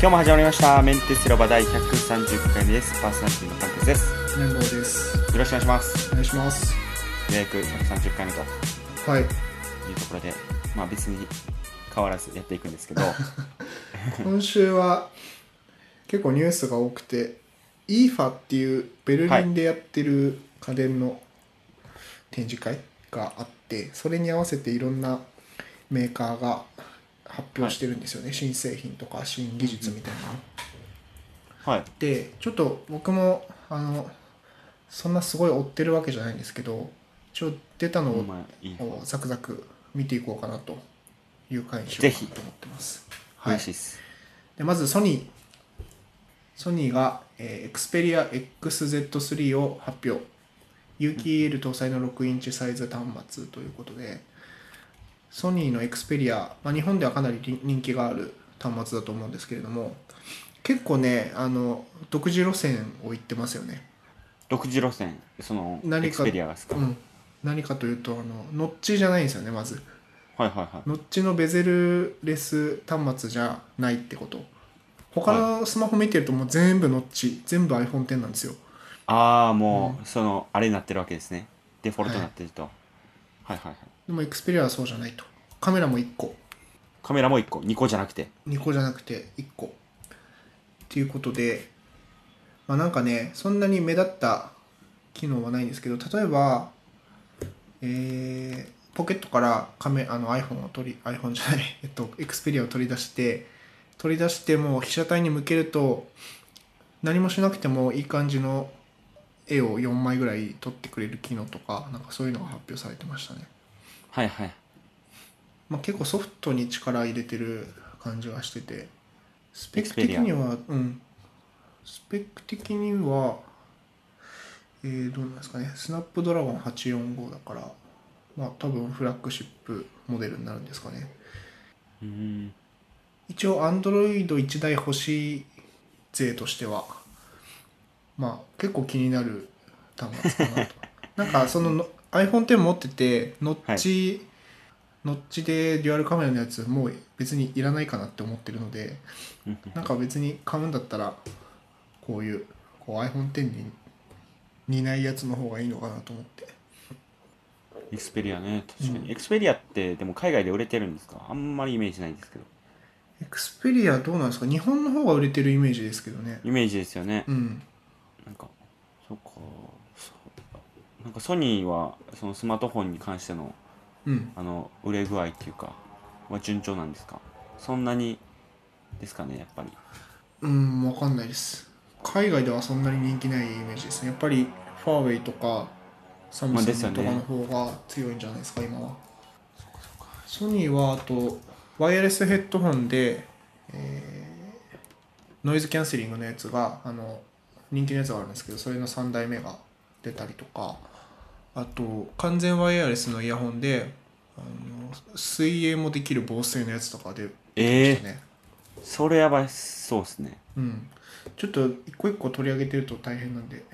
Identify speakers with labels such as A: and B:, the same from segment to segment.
A: 今日も始まりましたメンテスラバ第130回目ですパーソナリティの関係ですよ
B: 綿棒です。
A: ろしくお願いします
B: お願いします。
A: 予約130回目とい
B: はい。
A: うところでまあ別に変わらずやっていくんです けど
B: 今週は結構ニュースが多くて、イーファっていうベルリンでやってる家電の展示会があって、それに合わせていろんなメーカーが発表してるんですよね。新製品とか新技術みたいなの。
A: はい
B: で、ちょっと僕も、あの、そんなすごい追ってるわけじゃないんですけど、一応出たのを
A: まあいい
B: をザクザク見ていこうかなという回にしようかなと思ってます。はい
A: 嬉しい、です
B: でまずソニー。ソニーが、えー、Xperia XZ3 を発表。UKL 搭載の6インチサイズ端末ということで、ソニーの Xperia、まあ、日本ではかなり人人気がある端末だと思うんですけれども、結構ね、あの独自路線を行ってますよね。
A: 独自路線そのエ
B: 何
A: ク
B: か
A: スペリアがですか、
B: うん、何かというとあの、ノッチじゃないんですよね、まず。
A: はいはいはい
B: ノッチのベゼルレス端末じゃないってこと他のスマホ見てるともう全部ノッチ全部 iPhone10 なんですよ
A: ああもう、そのあれになってるわけですねデフォルトになってると、はい、はいはい
B: でも Xperia はそうじゃないとカメラも1個
A: カメラも1個2個じゃなくて
B: 2個じゃなくて1個っていうことでまあなんかねそんなに目立った機能はないんですけど例えばえーポケットからカメあの iPhone を取り iPhone じゃない えっと Xperia を取り出して取り出してもう被写体に向けると何もしなくてもいい感じの絵を4枚ぐらい撮ってくれる機能とかなんかそういうのが発表されてましたね
A: はいはい
B: まあ、結構ソフトに力入れてる感じがしててスペック的にはうんスペック的にはえー、どうなんですかねスナップドラゴン845だからまあ多分フラッグシップモデルになるんですかね
A: うーん
B: 一応 Android1 台欲しい勢としてはまあ結構気になる端末かなとなん かそのの iPhone10 持っててノッチ、ノッチでデュアルカメラのやつもう別にいらないかなって思ってるので
A: うん
B: なんか別に買うんだったらこういうこう iPhone10 に似ないやつの方がいいのかなと思って
A: エクスペリアね確かに、エクスペリアってでも海外で売れてるんですかあんまりイメージないんですけど
B: Xperia どうなんですか日本の方が売れてるイメージですけどね
A: イメージですよね、
B: うん
A: なんかそっかそうなんかソニーはそのスマートフォンに関しての
B: うん
A: あの売れ具合っていうかは順調なんですかそんなにですかねやっぱり
B: うん、わかんないです。海外ではそんなに人気ないイメージですね。やっぱりファーウェイとかサム
A: まあ
B: ス
A: ですよ
B: ン
A: ね
B: グとかの方が強いんじゃないですか、今は。ソニーはあとワイヤレスヘッドホンで、えーノイズキャンセリングのやつがあの人気のやつがあるんですけどそれの3代目が出たりとかあと完全ワイヤレスのイヤホンであの水泳もできる防水のやつとかで
A: ええ
B: したね。
A: それやばいそうですね
B: うん、ちょっと一個一個取り上げてると大変なんで、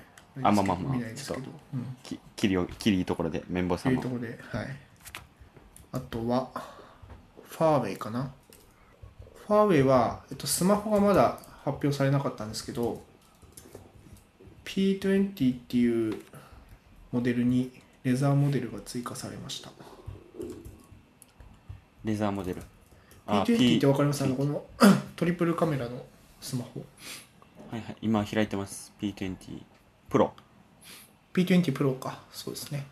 A: あまあまあまあ
B: 見ないですけど、うん、
A: ききりよきりいいところで綿棒
B: と
A: さん
B: いう
A: も
B: ところで、はい。あとは、ファーウェイかな。ファーウェイは、えっと、スマホがまだ発表されなかったんですけど、P20 っていうモデルにレザーモデルが追加されました。
A: レザーモデルあ
B: P20 って
A: P
B: わかりますあの、このトリプルカメラのスマホ。
A: はいはい今開いてます P20 プロ
B: P20 Pro かそうですね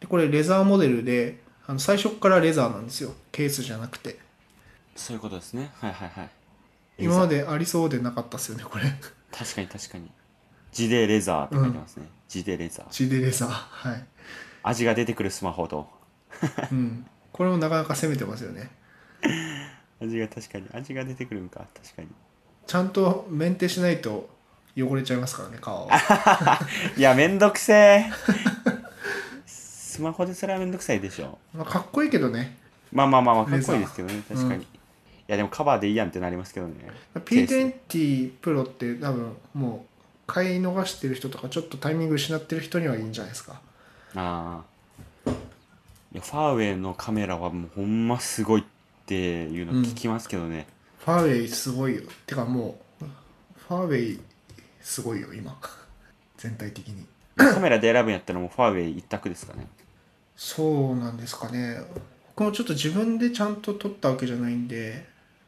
B: でこれレザーモデルであの最初っからレザーなんですよケースじゃなくて
A: そういうことですねはいはいはい
B: 今ま
A: レ
B: でありそうでなかったっすよねこれ
A: ザー確かに確かに地でレザーって書いてますね、地でレザー
B: 地でレザーはい、
A: 味が出てくるスマホと
B: うん、これもなかなか攻めてますよね
A: 味が確かに味が出てくるんか確かに
B: ちゃんとメンテしないと汚れちゃいますからね顔は
A: いやめんどくせえスマホでそれはめんどくさいでしょ
B: まあかっこいいけどね
A: まあまあまあまあか
B: レ
A: っ
B: ザ
A: こ
B: ー
A: いいですけどね確かに、
B: うん
A: いやでもカバーでいいやんってなりますけどねケース
B: P20 Pro って多分もう買い逃してる人とかちょっとタイミング失ってる人にはいいんじゃないですか
A: ああいやファーウェイのカメラはもうほんますごいっていうの聞きますけどね、
B: フファーウェイすごいよてかもうファーウェイすごいよ今 全体的に
A: カメラで選ぶんやったらもうファーウェイ一択ですかね。
B: そうなんですかね僕もちょっと自分でちゃんと撮ったわけじゃないんで、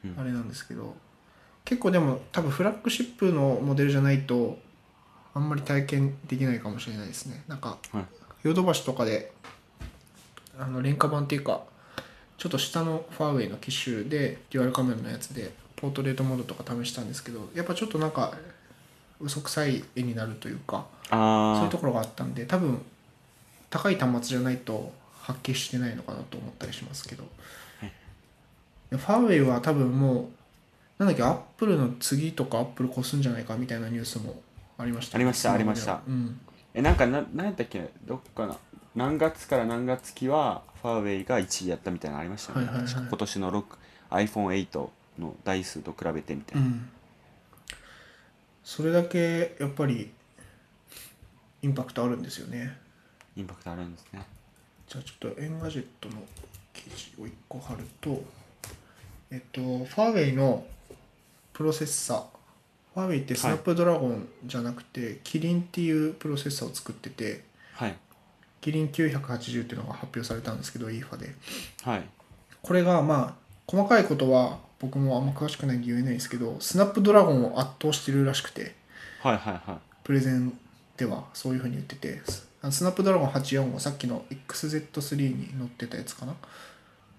A: うん
B: あれなんですけど結構でも多分フラッグシップのモデルじゃないとあんまり体験できないかもしれないですねなんか
A: はい。
B: ヨドバシとかであの廉価版っていうかちょっと下のファーウェイの機種でデュアルカメラのやつでポートレートモードとか試したんですけどやっぱちょっとなんか嘘くさい絵になるというかそういう
A: あ
B: ところがあったんで多分高い端末じゃないと発揮してないのかなと思ったりしますけど、ファーウェイは多分もうなんだっけアップルの次とかアップル越すんじゃないかみたいなニュースもありました
A: ありました
B: スマホで
A: ありました
B: うん、
A: ーえ、なんかな、なんやったっけどっかな。何月から何月期はファーウェイが1位やったみたいなのありましたよね。
B: はいはいはい
A: 確か今年の iPhone8 の台数と比べてみたいうな。
B: ん、それだけやっぱりインパクトあるんですよね
A: インパクトあるんですね。
B: じゃあちょっとエンガジェットの記事を1個貼るとえっとファーウェイのプロセッサーファーウェイってスナップドラゴンじゃなくて、キリンっていうプロセッサーを作ってて
A: はい。
B: キリン980っていうのが発表されたんですけど EFA で
A: はい。
B: これがまあ細かいことは僕もあんま詳しくないんで言えないんですけどスナップドラゴンを圧倒してるらしくて
A: はいはいはい。
B: プレゼンではそういうふうに言っててスあのスナップドラゴン84はさっきの XZ3 に載ってたやつかな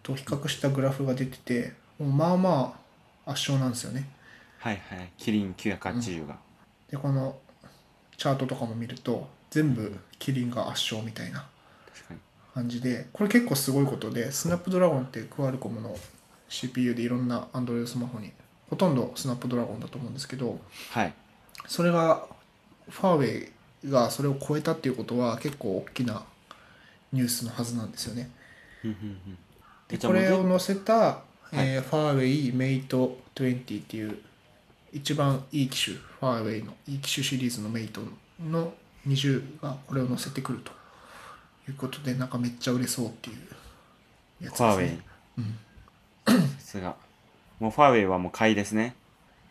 B: と比較したグラフが出ててもうまあまあ圧勝なんですよね
A: はいはい。キリン980が。
B: でこのチャートとかも見ると全部キリンが圧勝みたいな
A: 確かに。
B: 感じでこれ結構すごいことでスナップドラゴンってクアルコムの CPU でいろんな Android スマホにほとんどスナップドラゴンだと思うんですけど
A: はい。
B: それがファーウェイがそれを超えたっていうことは結構大きなニュースのはずなんですよね
A: うんうんうん
B: で
A: じゃ
B: こ
A: あもう
B: れ
A: ぜ
B: を載せた、えーファーウェイメイト20っていう一番いい機種ファーウェイのいい機種シリーズのメイトの20がこれを載せてくるということでなんかめっちゃ売れそうっていうやつ
A: ファーウ
B: です
A: ェイ
B: ね。うん
A: さすが。もうファーウェイはもう買いですね。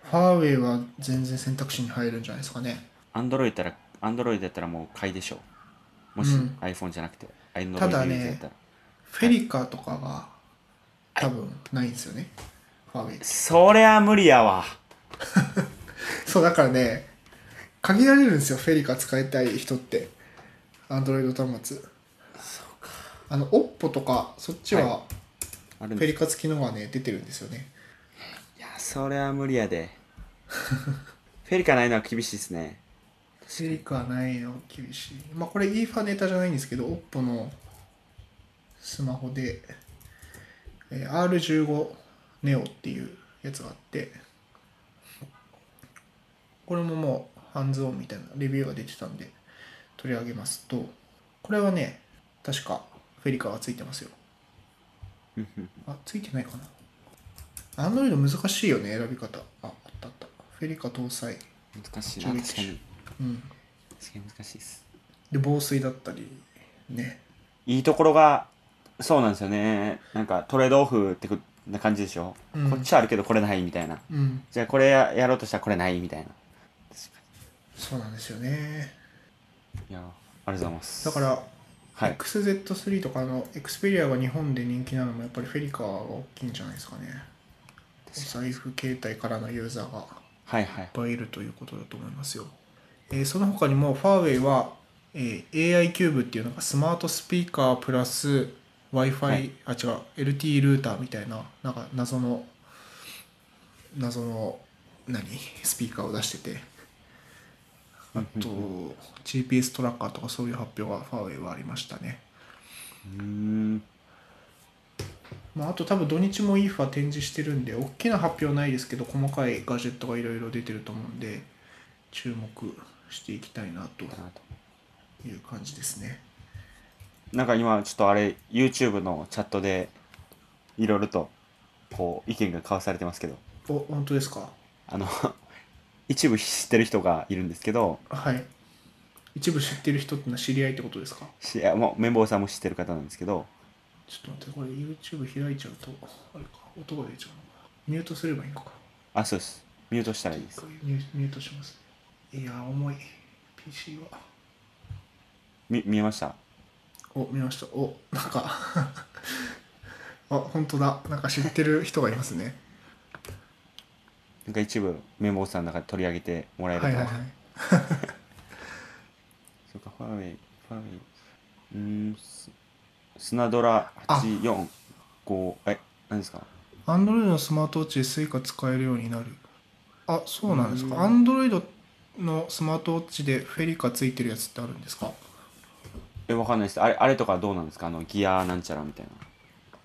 B: ファーウェイは全然選択肢に入るんじゃないですかね
A: アンドロイドやったら、アンドロイドやったらもう買いでしょう。もし
B: うん
A: iPhone じゃなくて、アンドロ
B: た
A: イド
B: だね
A: やったら。
B: フェリカとかが多分ないんですよね、ファーウェイ
A: そりゃ無理やわ。
B: そうだからね限られるんですよフェリカ使いたい人ってアンドロイド端末あの OPPO とかそっちは
A: ある
B: フ
A: ん
B: ェ
A: です
B: リカ付きのがね出てるんですよね
A: いや、そりゃ無理や で。フェリカないのは厳しいですね。
B: フェリカないの厳しいまあこれ EFA ネタじゃないんですけど OPPO のスマホでえー R15 Neo っていうやつがあってこれももうハンズオンみたいなレビューが出てたんで取り上げますとこれはね確かフェリカがついてますよあついてないかなアンドロイド難しいよね選び方ああったあったフェリカ搭載
A: 難しいな、確かに。
B: うん
A: 確かに難しいです。
B: で防水だったりね
A: いいところが、そうなんですよね。なんかトレードオフってくな感じでしょ。
B: うん
A: こっちあるけどこれないみたいな。
B: うん
A: じゃあこれややろうとしたらこれないみたいな。
B: そうなんですよね
A: いや、ありがとうございます。
B: だから、
A: はい。
B: XZ3 とかの Xperia が日本で人気なのもやっぱりフェリカが大きいんじゃないですかねお財布携帯からのユーザーがいっ
A: はいはい。
B: ぱいいるということだと思いますよ、えーその他にもファーウェイは、えー AI キューブっていうのがスマートスピーカープラス w i f
A: は
B: i あ違う LTE ルーターみたいななんか謎の謎の何スピーカーを出しててあと GPS トラッカーとかそういう発表がファーウェイはありましたね、
A: うーん。
B: まあ、あと多分土日も EFA 展示してるんで大きな発表はないですけど細かいガジェットがいろいろ出てると思うんで注目していきたいなという感じですね
A: なんか今ちょっとあれ YouTube のチャットでいろいろとこう意見が交わされてますけど
B: お本当ですか
A: あの 一部知ってる人がいるんですけど
B: はい一部知ってる人ってのは知り合いってことですか
A: しいやもう綿棒さんも知ってる方なんですけど
B: ちょっと待ってこれ YouTube 開いちゃうとあれか音が出ちゃうのかミュートすればいいのか
A: あ、そうです。ミュートしたらいいです。
B: ミュミュートしますいやー重い PC は
A: み、見えました
B: お見ましたおなんか あ本当だなんか知ってる人がいます ね
A: なんか一部メモさんの中で取り上げてもら
B: は
A: え
B: い
A: ると。
B: はいはい
A: そうか、ファーウェイ、ファーウェイ。うーん、ススナドラ845、え、何ですか
B: Android のスマートウォッチで Suica 使えるようになるあそうなんですか
A: うん
B: Android のスマートウォッチでフェリカついてるやつってあるんですか
A: え、わかんないです。あれ、あれとかどうなんですかあの、ギアなんちゃらみたいな。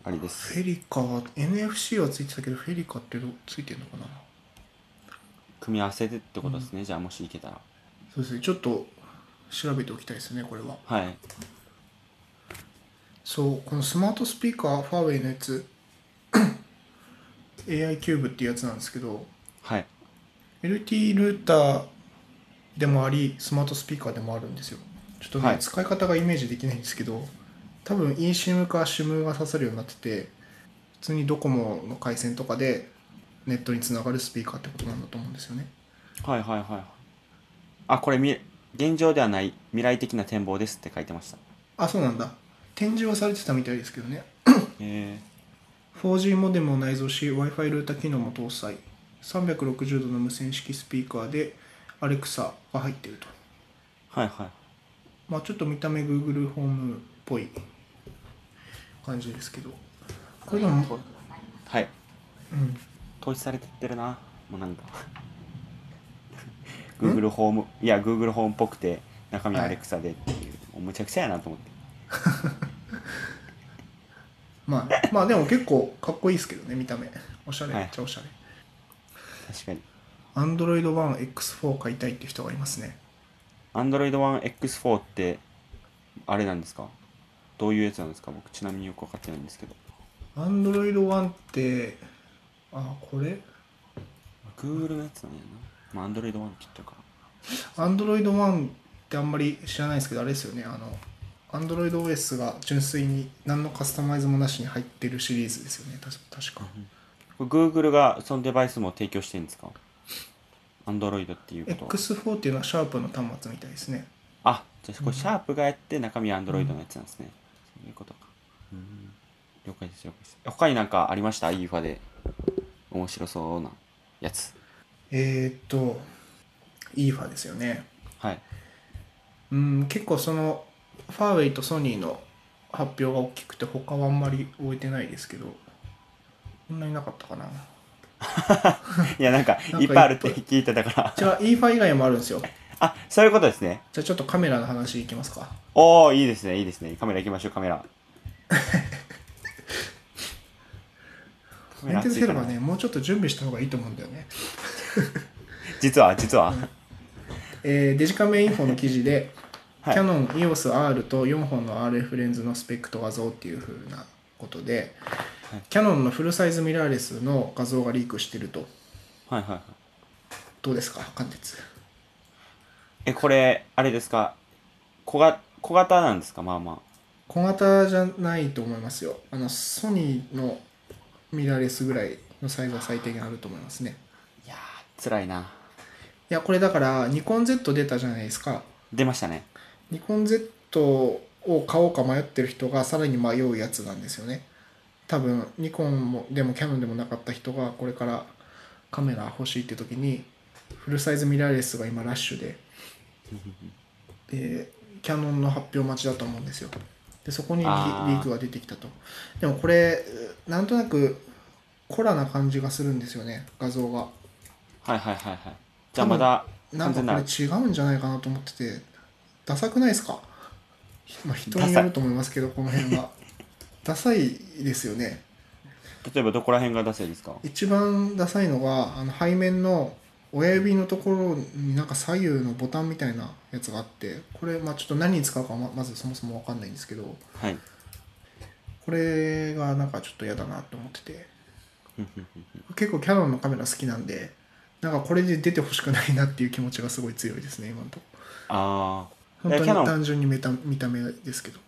A: あれです。
B: フェリカは NFC はついてたけどフェリカってどついてるのかな
A: 組み合わせてってことですね。じゃあ、もしいけたら。
B: そうですねちょっと調べておきたいですねこれは
A: はい。
B: そうこのスマートスピーカーファーウェイのやつ AI キューブっていうやつなんですけど
A: はい。
B: LT ルーターでもありスマートスピーカーでもあるんですよちょっとね、
A: はい
B: 使い方がイメージできないんですけど多分 eSIM か SIM が刺さるようになってて普通にドコモの回線とかでネットにつながるスピーカーってことなんだと思うんですよね
A: はいはいはい。あ、これ、み、現状ではない未来的な展望ですって書いてました。
B: あそうなんだ展示はされてたみたいですけどね
A: え
B: 4G モデムを内蔵し w i f i ルーター機能も搭載360度の無線式スピーカーで Alexa が入ってると、
A: ー、はいはい。
B: まあ、ちょっと見た目 Google ホームっぽい感じですけどこれでも、
A: はい。
B: うん、
A: 統一されてってるなもうなんか Google ホームいや Google ホームっぽくて中身
B: は
A: はいアレクサでっていう、もうむちゃくちゃやなと思って
B: まあまあでも結構かっこいいですけどね見た目おしゃれ
A: はい
B: めっちゃおしゃれ
A: 確かに
B: Android One X4 買いたいって人がいますね
A: Android One X4 ってあれなんですかどういうやつなんですか僕ちなみによく分かってないんですけど
B: Android One ってあこれ
A: Google のやつなんやな、まあ、Android One って言ってるから
B: Android One ってあんまり知らないですけどあれですよねあの Android OS が純粋に何のカスタマイズもなしに入ってるシリーズですよねたし確か
A: これ Google がそのデバイスも提供してるんですか Android っていうことは
B: X4 っていうのはシャープの端末みたいですね
A: あじゃあこれシャープがやって中身は Android のやつなんですね、そういうことかうん了解です了解です他になんかありました ?EFA で面白そうなやつ
B: えー、っと EFA ですよね
A: はい
B: うん結構そのファーウェイとソニーの発表が大きくて他はあんまり終えてないですけどそんなになかったかない
A: やなんか
B: なんか
A: いっぱいあるっ
B: い
A: て
B: っぱ
A: 聞いてたから
B: じゃあ EFA 以外もあるんですよ
A: あそういうことですね
B: じゃあちょっとカメラの話いきますか
A: おおいいですねいいですねカメラ行きましょうカメラカメ
B: メン
A: ラ
B: テ
A: 熱
B: ズ
A: い
B: ヘ
A: か
B: ル
A: な
B: はねもうちょっと準備した方がいいと思うんだよね
A: 実は実は、
B: えーデジカメインフォの記事で、
A: はい
B: キャノン EOSR と4本の RF レンズのスペックと画像っていう風なことで、
A: はい
B: キャノンのフルサイズミラーレスの画像がリークしてると
A: はいはいはい
B: どうですか貫徹
A: えこれあれですか小が小型なんですかまあま
B: 小型じゃないと思いますよあのソニーのミラーレスぐらいのサイズは最低限あると思いますね
A: あいやー辛いない
B: やこれだからニコン Z 出たじゃないですか
A: 出ましたね
B: ニコン Z を買おうか迷ってる人がさらに迷うやつなんですよね多分ニコンもでもキャノンでもなかった人がこれからカメラ欲しいって時にフルサイズミラーレスが今ラッシュででキャノンの発表待ちだと思うんですよでそこにリリ
A: あー
B: ークが出てきたとでもこれなんとなくコラな感じがするんですよね画像が
A: はいはいはいはいじゃあまだ
B: なん
A: 完
B: か
A: 全
B: こ
A: な
B: れ違うんじゃないかなと思っててダサくないですか、まあ、人によると思いますけどこの辺はダサいですよね
A: 例えばどこら辺が出せるんですか
B: 一番ダサいのがあの背面の親指のところになんか左右のボタンみたいなやつがあってこれまあちょっと何に使うかはままずそもそも分かんないんですけど
A: はい
B: これがなんかちょっと嫌だなと思ってて結構キャノンのカメラ好きなんでなんかこれで出てほしくないなっていう気持ちがすごい強いですね今のとこ
A: ああ
B: 本
A: キ
B: 当に
A: ャノン
B: 単純に見た見た目ですけど、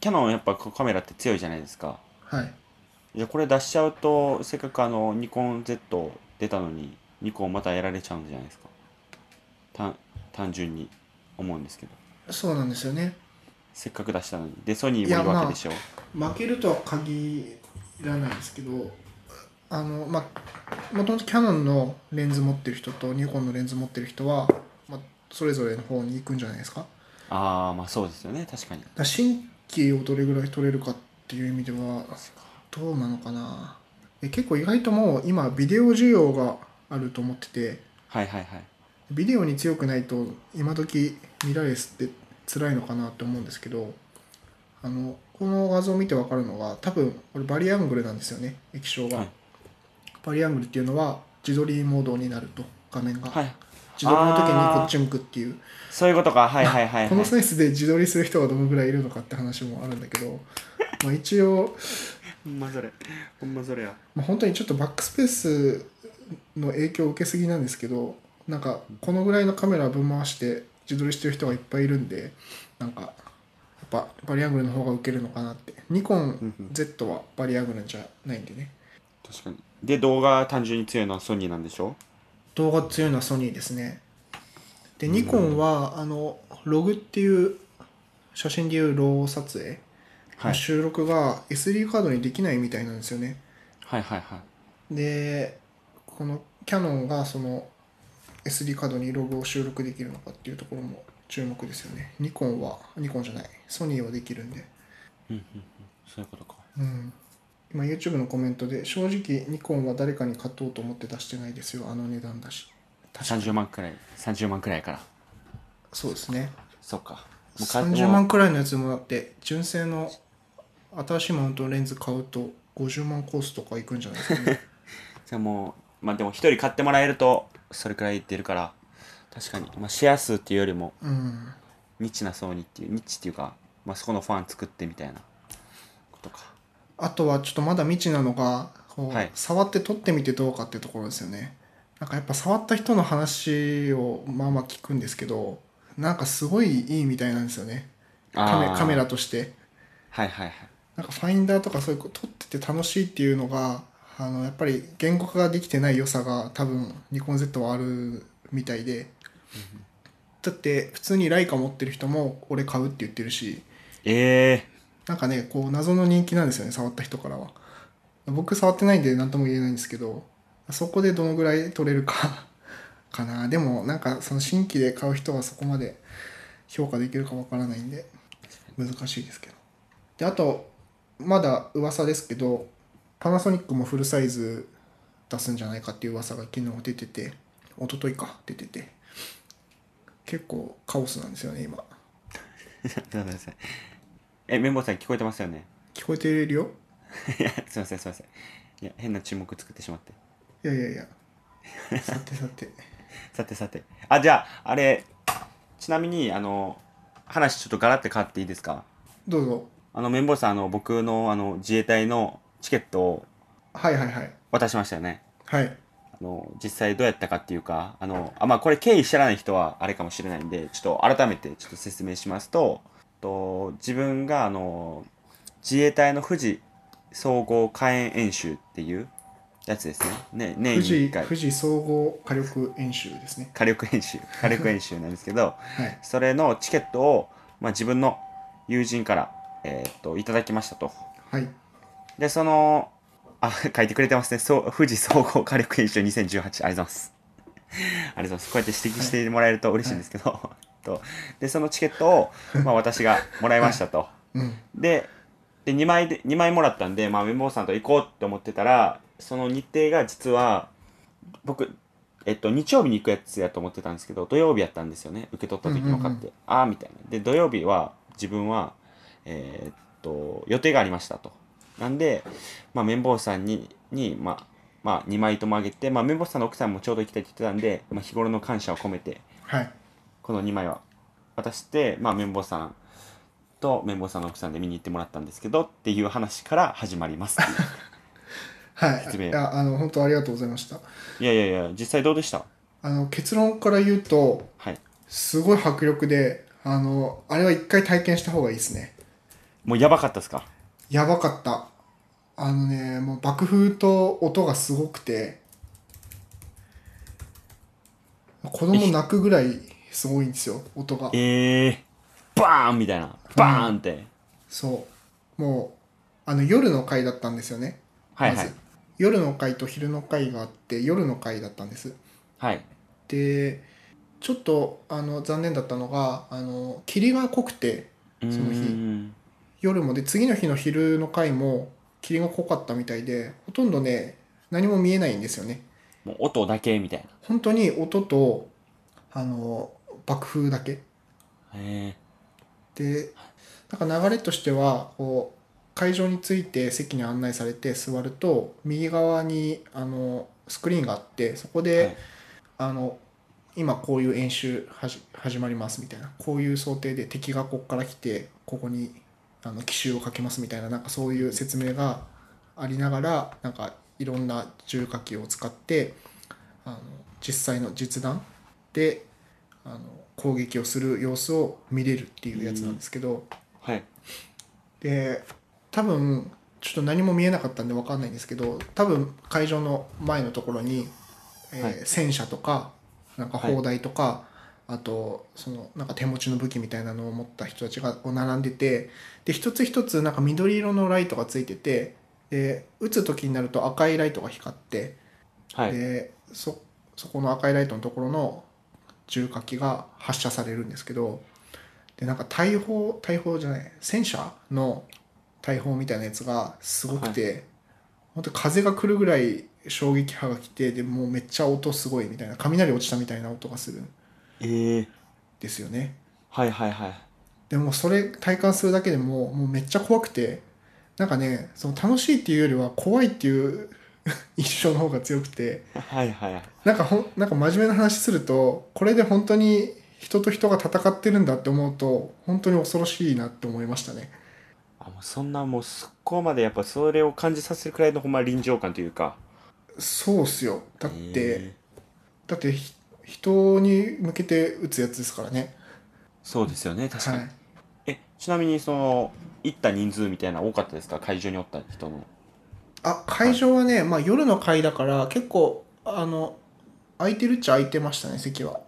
A: キャノンやっぱカメラって強いじゃないですか
B: はい
A: いやこれ出しちゃうとせっかくあのニコン Z 出たのにニコンまたやられちゃうんじゃないですか単単純に思うんですけど
B: そうなんですよね
A: せっかく出したのにでソニーもいいわけでしょ、
B: 負けるとは限らないですけどあのまあもともとキャノンのレンズ持ってる人とニコンのレンズ持ってる人は、まあ、それぞれの方に行くんじゃないですか
A: ああまあそうですよね確かに
B: だから新規をどれぐらい取れるかっていう意味ではどうなのかなえ結構意外ともう今ビデオ需要があると思ってて
A: はいはいはい
B: ビデオに強くないと今時ミラーレスって辛いのかなって思うんですけどあのこの画像を見て分かるのが多分これバリアングルなんですよね液晶が、
A: はい
B: バリアングルっていうのは自撮りモードになると画面が、
A: はい
B: 自撮りの時
A: あ
B: に
A: ー
B: こっち向くっていう
A: そういうことかはいはいはい、はい、
B: このセンスで自撮りする人がどのぐらいいるのかって話もあるんだけど、まあ、一応、
A: ほんまそれほんまそれや
B: まあ、本当にちょっとバックスペースの影響を受けすぎなんですけどなんかこのぐらいのカメラぶん回して自撮りしてる人がいっぱいいるんでなんかやっぱバリアングルの方が受けるのかなってニコン
A: うんうん
B: Z はバリアングルじゃないんでね
A: 確かにで動画単純に強いのはソニーなんでしょ
B: 動画強いのはソニーですねでニコンはあのログっていう写真でいうロー撮影
A: はい
B: 収録が SD カードにできないみたいなんですよね
A: はいはいはい
B: でこのキャノンがその SD カードにログを収録できるのかっていうところも注目ですよねニコンはニコンじゃないソニーはできるんで
A: うんうんうんそういうことか
B: うん今 YouTube のコメントで正直ニコンは誰かに勝とうと思って出してないですよあの値段だし
A: 30万くらい30万くらいから
B: そうですね
A: そっかもうか
B: 30万
A: も
B: くらいのやつもだって純正の新しいマウントのレンズ買うと50万コースとかいくんじゃないですかね
A: うじゃあもうまあでも一人買ってもらえるとそれくらい出るから確かに、まあ、シェア数っていうよりも
B: うん
A: ニッチな層にっていうニッチっていうか、まあ、そこのファン作ってみたいなことか
B: あとはちょっとまだ未知なのがこう、
A: はい
B: 触って撮ってみてどうかってところですよねなんかやっぱ触った人の話をまあまあ聞くんですけどなんかすごいいいみたいなんですよねカメ
A: あー
B: カメラとして
A: はいはいはい
B: なんかファインダーとかそういうこ撮ってて楽しいっていうのがあのやっぱり言語化ができてない良さが多分ニコン Z はあるみたいでだって普通にライカ持ってる人も俺買うって言ってるし
A: え
B: なんかね、こう、謎の人気なんですよね、触った人からは。僕、触ってないんで、何とも言えないんですけど、そこでどのぐらい取れるか、 かな。でも、なんか、その新規で買う人はそこまで評価できるかわからないんで、難しいですけど。で、あと、まだ噂ですけど、パナソニックもフルサイズ出すんじゃないかっていう噂が昨日出てて、一昨日か、出てて、結構カオスなんですよね、今。
A: ー、 すいませんえ綿棒さん聞こえてますよね
B: 聞こえてるよ
A: いやすいませんすいませんいや変な注目作ってしまって
B: いやいやいや。さてさて。
A: さてさてあじゃああれちなみにあの話ちょっとガラッて変わっていいですか
B: どうぞ。
A: あの綿棒さんあの僕のあの自衛隊のチケットを
B: はいはいはい。
A: 渡しましたよね
B: はい。
A: あの実際どうやったかっていうかあのあ、まあ、これ経緯知らない人はあれかもしれないんでちょっと改めてちょっと説明しますとと自分があの自衛隊の富士総合火炎演習っていうやつですねね年
B: 富
A: に
B: 士、
A: 1回
B: 富士総合火力演習ですね。
A: 火力演習火力演習なんですけど
B: はい。
A: それのチケットを、まあ、自分の友人から、えーっといただきましたと。
B: はい。
A: で、その、あ、書いてくれてますね。そう富士総合火力演習2018。ありがとうございます。ありがとうございます。こうやって指摘してもらえると嬉しいんですけど。とで、そのチケットを、まあ、私がもらいましたと。
B: うん。
A: で、で2枚で、2枚もらったんで、まあ、綿棒さんと行こうって思ってたら、その日程が実は、僕、えっと、日曜日に行くやつやと思ってたんですけど、土曜日やったんですよね。受け取った時の買って。
B: うんうん
A: ああ、みたいな。で、土曜日は、自分は、えーっと、予定がありましたと。なんで、まあ、綿棒さんに、に、まあ、まあ、2枚ともあげて、まあ、綿棒さんの奥さんもちょうど行きたいって言ってたんで、まあ、日頃の感謝を込めて、
B: はい。
A: この2枚は渡して、まあ、綿棒さんと綿棒さんの奥さんで見に行ってもらったんですけどっていう話から始まり ますっていう
B: はい。
A: 説
B: い
A: 明
B: や、あの、本当ありがとうございました。
A: いやいやいや実際どうでした
B: あの、結論から言うと、
A: はい
B: すごい迫力で、あの、あれは一回体験した方がいいですね。
A: もうやばかったですか
B: やばかった。あのね、もう爆風と音がすごくて、子供泣くぐらいすごいんですよ、音が。
A: ええー、バーンみたいな。バーンって。
B: そう。もう、あの、夜の会だったんですよね。
A: はいはい
B: まず。夜の会と昼の会があって、夜の会だったんです。
A: はい。
B: で、ちょっと、あの、残念だったのが、あの、霧が濃くて、
A: そ
B: の日夜もで、次の日の昼の会も、霧が濃かったみたいで、ほとんどね、何も見えないんですよね。
A: もう音だけみたいな。
B: 本当に音と、あの、爆風だけ。
A: え
B: でなんか流れとしてはこう会場について席に案内されて座ると右側にあのスクリーンがあってそこ
A: え
B: で、
A: はい
B: あの今こういう演習はじ始まりますみたいなこういう想定で敵がここから来てここにあの奇襲をかけますみたいななんかそういう説明がありながらなんかいろんな重火器を使ってあの実際の実弾であの攻撃をする様子を見れるっていうやつなんですけど。
A: はい。
B: で多分ちょっと何も見えなかったんで分かんないんですけど多分会場の前のところに、えー
A: はい
B: 戦車とかなんか砲台とか、あとそのなんか手持ちの武器みたいなのを持った人たちがこう並んでてで一つ一つなんか緑色のライトがついててで撃つ時になると赤いライトが光って、
A: はい。
B: でそそこの赤いライトのところの重火器が発射されるんですけどでなんか大砲大砲じゃない戦車の大砲みたいなやつがすごくて、本当風が来るぐらい衝撃波が来てでもうめっちゃ音すごいみたいな雷落ちたみたいな音がするん
A: ええー、
B: ですよね
A: はいはいはい。
B: でもそれ体感するだけでももうめっちゃ怖くてなんかねその楽しいっていうよりは怖いっていう 印象の方が強くて
A: はいはいはい。
B: なんかほんなんか真面目な話するとこれで本当に人と人が戦ってるんだって思うと本当に恐ろしいなって思いましたね
A: あもうそんなもうそこまでやっぱそれを感じさせるくらいのほんま臨場感というか。
B: そうっすよだって、
A: えー
B: だってひ人に向けて撃つやつですからね
A: そうですよね、確か
B: は
A: に。
B: い
A: え、ちなみにその、行った人数みたいなの多かったですか会場におった人の。
B: あ会場はね、まあ夜の会だから結構あの空いてるっちゃ空いてましたね席は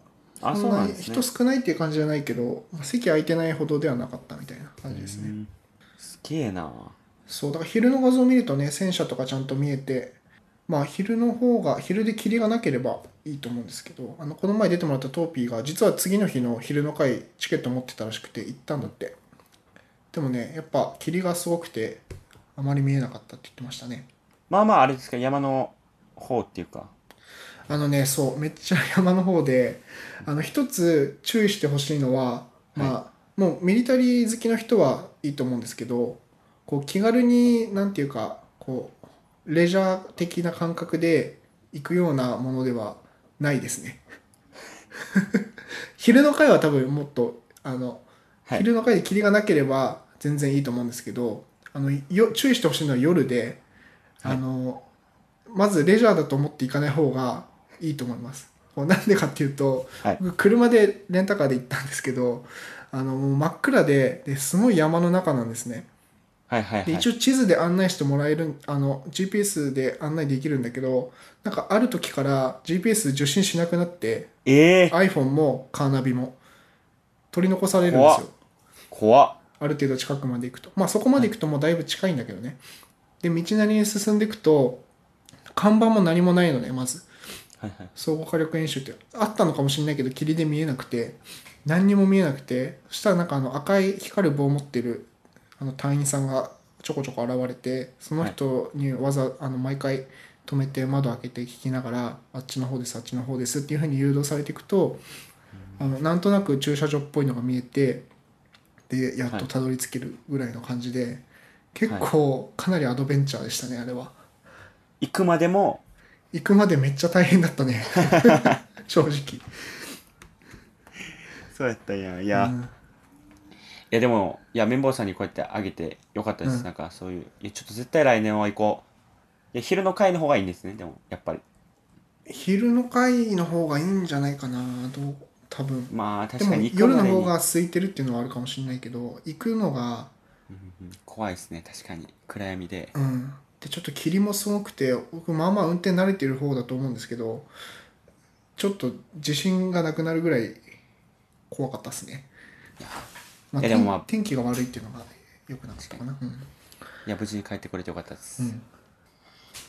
A: あ、そうなんですね。
B: 人少ないっていう感じじゃないけどまあ席空いてないほどではなかったみたいな感じですね、
A: うんすげえな
B: そうだから昼の画像を見るとね戦車とかちゃんと見えてまあ昼の方が昼で霧がなければいいと思うんですけどあのこの前出てもらったトーピーが実は次の日の昼の会チケット持ってたらしくて行ったんだってでもねやっぱ霧がすごくてあまり見えなかったって言ってましたね
A: まあまああれですか、山の方っていうか。
B: あのねそうめっちゃ山の方であの一つ注意してほしいのは、まあもうミリタリー好きの人はいいと思うんですけどこう気軽になんていうかこうレジャー的な感覚で行くようなものではないですね 昼の会は多分もっとあの、
A: はい
B: 昼の会で霧がなければ全然いいと思うんですけどあのよ注意してほしいのは夜で、
A: はい
B: あのまずレジャーだと思って行かない方がいいと思います。こうなんでかっていうと、
A: はい
B: 僕車でレンタカーで行ったんですけどあのもう真っ暗でですごい山の中なんですね。
A: はいはいは
B: で
A: い。
B: 一応地図で案内してもらえるあの GPS で案内できるんだけどなんかある時から GPS 受信しなくなって
A: ええー、
B: iPhone もカーナビも取り残されるんです
A: 怖っ
B: よ。
A: 怖っ。
B: ある程度近くまで行くとまあそこまで行くともうだいぶ近いんだけどねで道なりに進んでいくと看板も何もないのねまず
A: はいはい。
B: 総合火力演習ってあったのかもしれないけど霧で見えなくて何にも見えなくてそしたらなんかあの赤い光る棒を持ってるあの隊員さんがちょこちょこ現れてその人にわざあの毎回止めて窓開けて聞きながらあっちの方ですあっちの方ですっていうふうに誘導されていくとあのなんとなく駐車場っぽいのが見えてでやっとたどり着けるぐらいの感じで、結構かなりアドベンチャーでしたねあれは。
A: 行くまでも、
B: 行くまでめっちゃ大変だったね正直
A: そうやったんや。いや、
B: うん
A: いやでも、いや、綿棒さんにこうやってあげてよかったです。
B: うん
A: なんかそういう、いや、ちょっと絶対来年は行こう。いや、昼の会の方がいいんですね、でも、やっぱり。
B: 昼の会の方がいいんじゃないかなどう多分
A: まあ、
B: で
A: 確
B: も
A: かに行く
B: 夜の
A: までに
B: 方が空いてるっていうのはあるかもしれないけど行くのが
A: うんうん怖いですね、確かに。暗闇で。
B: うんでちょっと霧もすごくて僕まあまあ運転慣れてる方だと思うんですけどちょっと自信がなくなるぐらい怖かったっすね、まあ、
A: いやでもまあ
B: 天天気が悪いっていうのが良くなかったかなうん、
A: いや無事に帰ってこれてよかったです、
B: うん、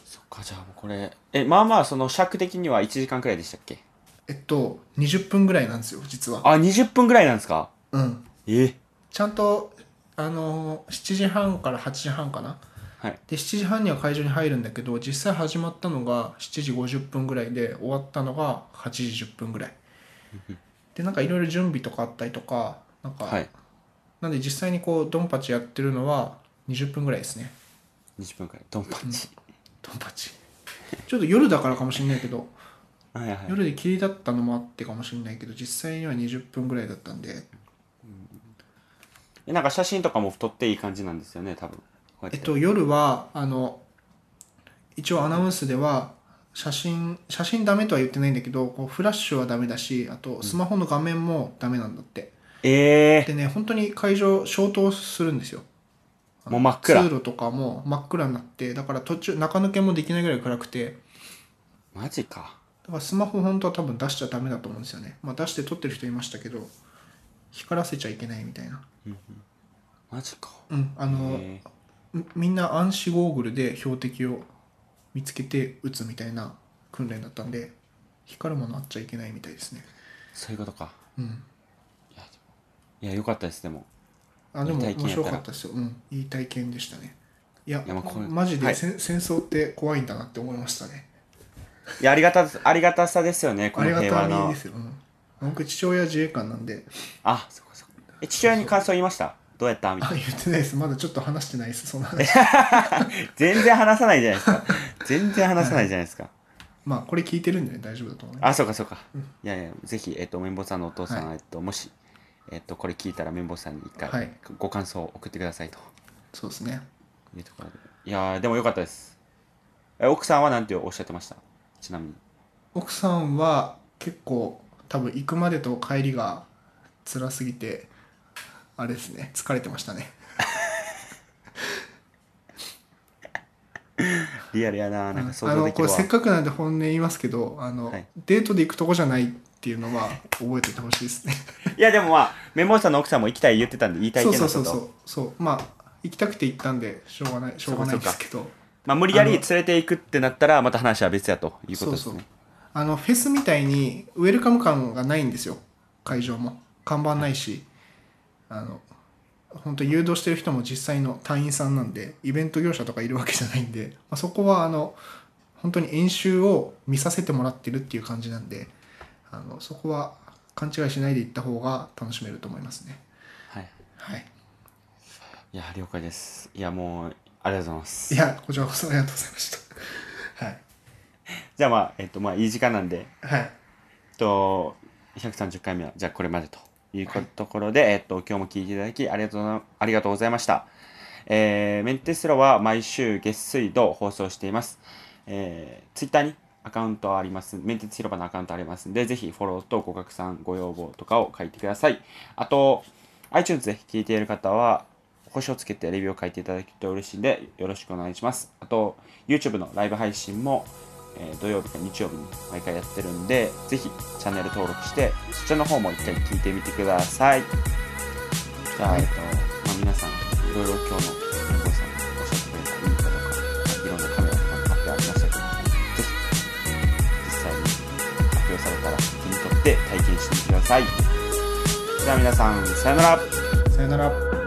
A: そっかじゃあもうこれえまあまあその尺的には1時間くらいでしたっけ
B: えっと20分ぐらいなんですよ実は
A: あ20分くらいなんですか
B: うん
A: え
B: ちゃんとあのー7時半から8時半かな
A: はい
B: で7時半には会場に入るんだけど実際始まったのが7時50分ぐらいで終わったのが8時10分ぐらいでなんかいろいろ準備とかあったりとかなんか、
A: はい
B: なんで実際にこうドンパチやってるのは20分ぐらいですね
A: 20分くらいドンパッチ、
B: ドンパチちょっと夜だからかもしれないけど
A: はいはい
B: 夜で霧だったのもあってかもしれないけど実際には20分ぐらいだったんで
A: えなんか写真とかも撮っていい感じなんですよね多分こうやって、
B: えっと、夜はあの一応アナウンスでは写真写真ダメとは言ってないんだけどこうフラッシュはダメだしあとスマホの画面もダメなんだって、
A: ええ
B: でね本当に会場消灯するんですよ
A: もう真っ暗
B: 通路とかも真っ暗になってだから途中中抜けもできないぐらい暗くて
A: マジか
B: だからスマホ本当は多分出しちゃダメだと思うんですよね、まあ、出して撮ってる人いましたけど光らせちゃいけないみたいな
A: マジか
B: うんあの、
A: えー
B: みみんな暗視ゴーグルで標的を見つけて撃つみたいな訓練だったんで光るものあっちゃいけないみたいですね
A: そういうことか
B: うん
A: いやよかったですでも
B: あでも
A: いい体験
B: 面
A: やった
B: 白
A: ら
B: かったですよ、うん、いい体験でしたねいや
A: いやまあこれ
B: マジ
A: は
B: で
A: い
B: せん、戦争って怖いんだなって思いましたね
A: いやありがたありがたさですよねこ
B: あり
A: の
B: が
A: 平和
B: たみ
A: の
B: ですよ、うん、僕父親自衛官なんで
A: あそこそこえ父親に感想言いましたどうやったみたい
B: あ
A: な
B: 言ってないですまだちょっと話してないですそんな話
A: 全然話さないじゃないですか全然話さないじゃないですか、
B: まあこれ聞いてるんで、ね、大丈夫だと思います
A: あそうかそうか、いやいやぜひえっ、と綿棒さんのお父さん、
B: はい
A: えっともしえっとこれ聞いたら綿棒さんに一回、
B: はい
A: ご感想を送ってくださいと
B: そうですね
A: いうところでいやーでもよかったですえ奥さんはなんておっしゃってましたちなみに
B: 奥さんは結構多分行くまでと帰りが辛すぎてあれですね疲れてましたね
A: リアルやな
B: あ
A: なんか想像
B: の
A: でき
B: こ
A: る
B: れ
A: わ
B: せっかくなんで本音言いますけどあの、
A: はい
B: デートで行くとこじゃないっていうのは覚えておいてほしいですね
A: いやでもまあ綿棒さんの奥さんも行きたい言ってたんで言いたい
B: そ
A: け
B: う
A: ど
B: そうそうそうそうまあ行きたくて行ったんでしょうがないしょうがないですけど
A: まあ無理やり
B: あ
A: 連
B: の
A: れて行くってなったらまた話は別やというこ
B: そ
A: と
B: う
A: で
B: そ
A: す
B: う
A: ね
B: あのフェスみたいにウェルカム感がないんですよ会場も看板ないしあの本当誘導してる人も実際の隊員さんなんでイベント業者とかいるわけじゃないんで、まあ、そこはあの本当に演習を見させてもらってるっていう感じなんであのそこは勘違いしないで行った方が楽しめると思いますね
A: はい
B: はい
A: いや了解ですいやもうありがとうございま
B: い
A: す
B: やこちらこそありがとうございましたはい
A: じゃあまあえっとまあいい時間なんで
B: はい
A: えっと、130回目は、じゃあこれまでということところで、えっと、今日も聞いていただきありがとうな、ありがとうございました。えーメンテスロは毎週月水土放送しています。えー、ツイッターにアカウントあります。メンテス広場のアカウントありますんで、ぜひフォローとご拡散、ご要望とかを書いてください。あと、iTunes で聞いている方は、星をつけてレビューを書いていただけると嬉しいんで、よろしくお願いします。あと、YouTube のライブ配信も、えー土曜日か日曜日に毎回やってるんで、ぜひチャンネル登録して、そちらの方も一回聞いてみてください。じゃあ、
B: はい
A: えっと、まあ、皆さん、いろいろ今日の弁護士さんがおっしゃってくれたいいかとか、いろんなカメラとか買ってありましたけど、ぜひ、実際に発表されたら手に取って体験してみてください。では皆さん、さよなら。
B: さよなら